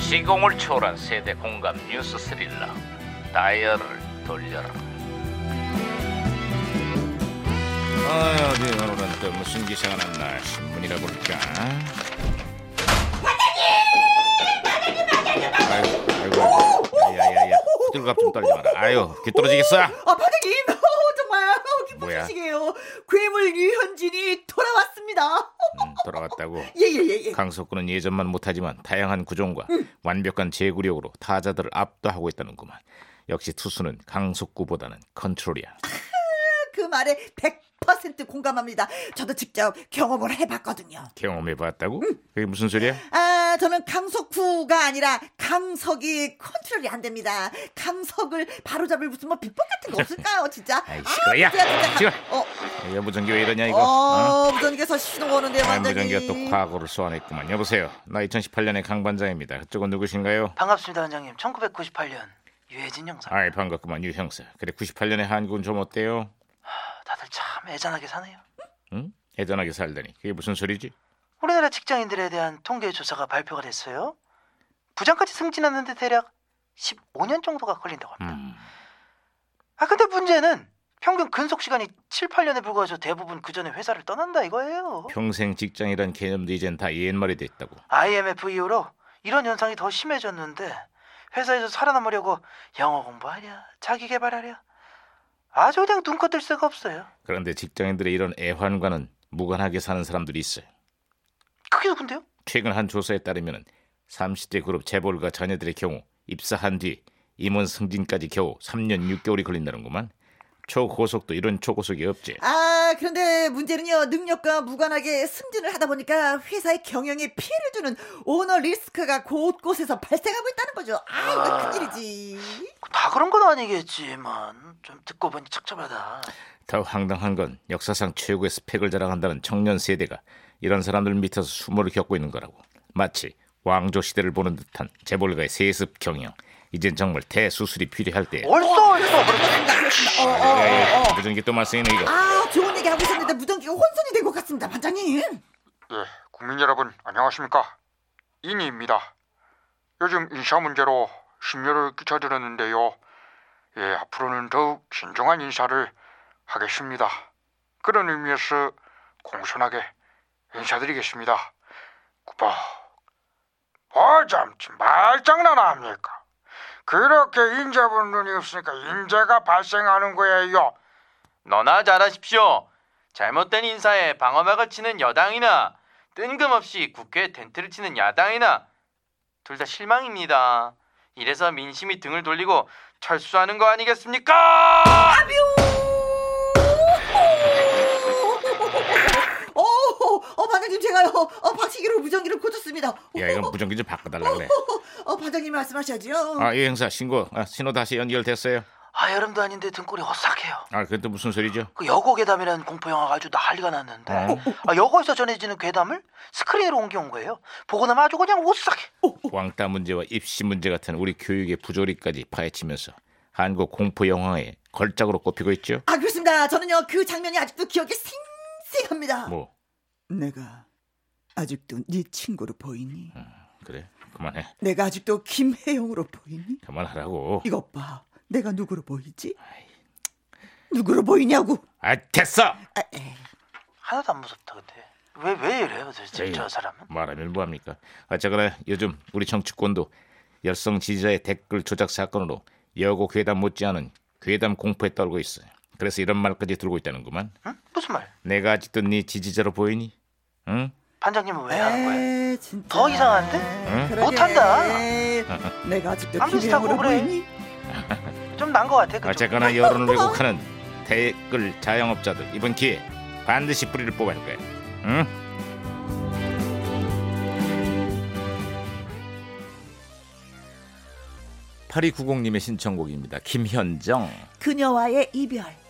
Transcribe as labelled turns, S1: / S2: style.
S1: 시공을 초월한 세대 공감 뉴스 스릴러 다이얼을 돌려라 아유 어디 오늘은 또 무슨 기사가 났나 신문이라 볼까 아이고 아이고 야야야 들갑 좀 떨지 마라 아유 귀 떨어지겠어
S2: 아, 반장님, 어, 정말 어,
S1: 뭐야?
S2: 기쁘시시게요 괴물 유현진이 돌아왔습니다.
S1: 음, 돌아왔다고
S2: 예예예 예.
S1: 강석구는 예전만 못하지만 다양한 구종과 완벽한 제구력으로 타자들을 압도하고 있다는구만. 역시 투수는 강석구보다는 컨트롤이야.
S2: 그 말에 100% 공감합니다. 저도 직접 경험을 해봤거든요.
S1: 경험해봤다고? 그게 무슨 소리야?
S2: 아, 저는 강석후가 아니라 강석이 컨트롤이 안 됩니다. 강석을 바로잡을 무슨 뭐 비법 같은 거 없을까요, 진짜?
S1: 아이, 시끄러야.
S2: 진짜, 진짜.
S1: 지금.
S2: 어,
S1: 여보전기 왜 이러냐 이거? 어?
S2: 어, 무전기에서 신호가 오는데요,
S1: 무전기가
S2: 반장님.
S1: 또 과거를 소환했구만. 여보세요. 나 2018년의 강 반장입니다. 그쪽은 누구신가요?
S3: 반갑습니다, 원장님. 1998년 유해진 형사.
S1: 아이 반갑구만 유 형사. 그래 98년의 한국은 좀 어때요?
S3: 아, 다들 참 애잔하게 사네요.
S1: 응? 애잔하게 살다니 그게 무슨 소리지?
S3: 우리나라 직장인들에 대한 통계 조사가 발표가 됐어요. 부장까지 승진하는데 대략 15년 정도가 걸린다고 합니다.
S1: 음.
S3: 아 근데 문제는 평균 근속 시간이 7, 8년에 불과해서 대부분 그 전에 회사를 떠난다 이거예요.
S1: 평생 직장이란 개념도 이젠 다 옛말이 됐다고.
S3: IMF 이후로 이런 현상이 더 심해졌는데 회사에서 살아남으려고 영어 공부하랴, 자기 개발하랴 아주 그냥 눈껏 뜰 새가 없어요.
S1: 그런데 직장인들의 이런 애환과는 무관하게 사는 사람들이 있어요.
S3: 그게 누군데요?
S1: 최근 한 조사에 따르면 30대 그룹 재벌가 자녀들의 경우 입사한 뒤 임원 승진까지 겨우 3년 6개월이 걸린다는구만. 초고속도 이런 초고속이 없지.
S2: 아, 그런데 문제는요, 능력과 무관하게 승진을 하다 보니까 회사의 경영에 피해를 주는 오너 리스크가 곳곳에서 발생하고 있다는 거죠. 아, 이거 큰일이지.
S3: 다 그런 건 아니겠지만 좀 듣고 보니 착잡하다.
S1: 더 황당한 건 역사상 최고의 스펙을 자랑한다는 청년 세대가 이런 사람들 밑에서 수모를 겪고 있는 거라고. 마치 왕조 시대를 보는 듯한 재벌가의 세습 경영. 이젠 정말 대수술이 필요할 때.
S4: 뭐?
S3: 얼쏘 얼쏘
S2: 어, 어, 어, 어.
S1: 무전기 또 말썽이네 이거.
S2: 아, 좋은 얘기 하고 있었는데 무전기가 혼선이 된 것 같습니다, 반장님.
S5: 예, 국민 여러분 안녕하십니까? 이니입니다. 요즘 인사 문제로 심려를 끼쳐드렸는데요. 예, 앞으로는 더욱 신중한 인사를 하겠습니다. 그런 의미에서 공손하게 인사드리겠습니다. 구박. 어잠지 말장난아 합니까? 그렇게 인재분 눈이 없으니까 인재가 발생하는 거예요.
S4: 너나 잘하십시오. 잘못된 인사에 방어막을 치는 여당이나 뜬금없이 국회 텐트를 치는 야당이나 둘 다 실망입니다. 이래서 민심이 등을 돌리고 철수하는 거 아니겠습니까?
S2: 어, 어, 반장님 제가요, 어, 박치기로 무전기를 고쳤습니다. 어,
S1: 야 이건 무전기 좀 바꿔달라 그래.
S2: 어, 반장님 말씀하셔야지요.
S1: 아, 예 행사 신고. 아, 신호 다시 연결됐어요.
S3: 아 여름도 아닌데 등골이 오싹해요.
S1: 아, 그건 또 무슨 소리죠?
S3: 그 여고 괴담이라는 공포 영화가 아주 난리가 났는데
S1: 어?
S4: 네.
S3: 아, 여고에서 전해지는 괴담을 스크린으로 옮겨온 거예요. 보고 나면 아주 그냥 오싹해.
S1: 왕따 문제와 입시 문제 같은 우리 교육의 부조리까지 파헤치면서 한국 공포 영화의 걸작으로 꼽히고 있죠.
S2: 아, 그렇습니다. 저는요, 그 장면이 아직도 기억에 생생합니다.
S1: 뭐
S2: 내가 아직도 네 친구로 보이니?
S1: 그래 그만해
S2: 내가 아직도 김혜영으로 보이니?
S1: 그만하라고.
S2: 이것 봐. 내가 누구로 보이지? 누구로 보이냐고.
S1: 아 됐어.
S2: 아, 에이.
S3: 하나도 안 무섭다 근데 왜 왜 이래요 도대체
S1: 에이,
S3: 저 사람은?
S1: 말하면 뭐합니까? 어쨌거나 요즘 우리 정치권도 열성 지지자의 댓글 조작 사건으로 여고 괴담 못지않은 괴담 공포에 떨고 있어요. 그래서 이런 말까지 들고 있다는구만.
S3: 응? 무슨 말?
S1: 내가 아직도 네 지지자로 보이니? 응?
S3: 반장님은 왜 하는 거예요?
S2: 에이, 진짜.
S3: 더 이상한데?
S1: 응?
S2: 그러게.
S3: 못한다.
S2: 에이, 내가 아직도
S3: 안 비슷하고
S2: 김혜영으로
S3: 그래.
S2: 보이니?
S3: 좀 난 거 같아 그쪽.
S1: 어쨌거나 여론을 왜곡하는 댓글 자영업자들 이번 기회 반드시 뿌리를 뽑아낼 거야. 응? 파리 9공님의 신청곡입니다. 김현정.
S2: 그녀와의 이별.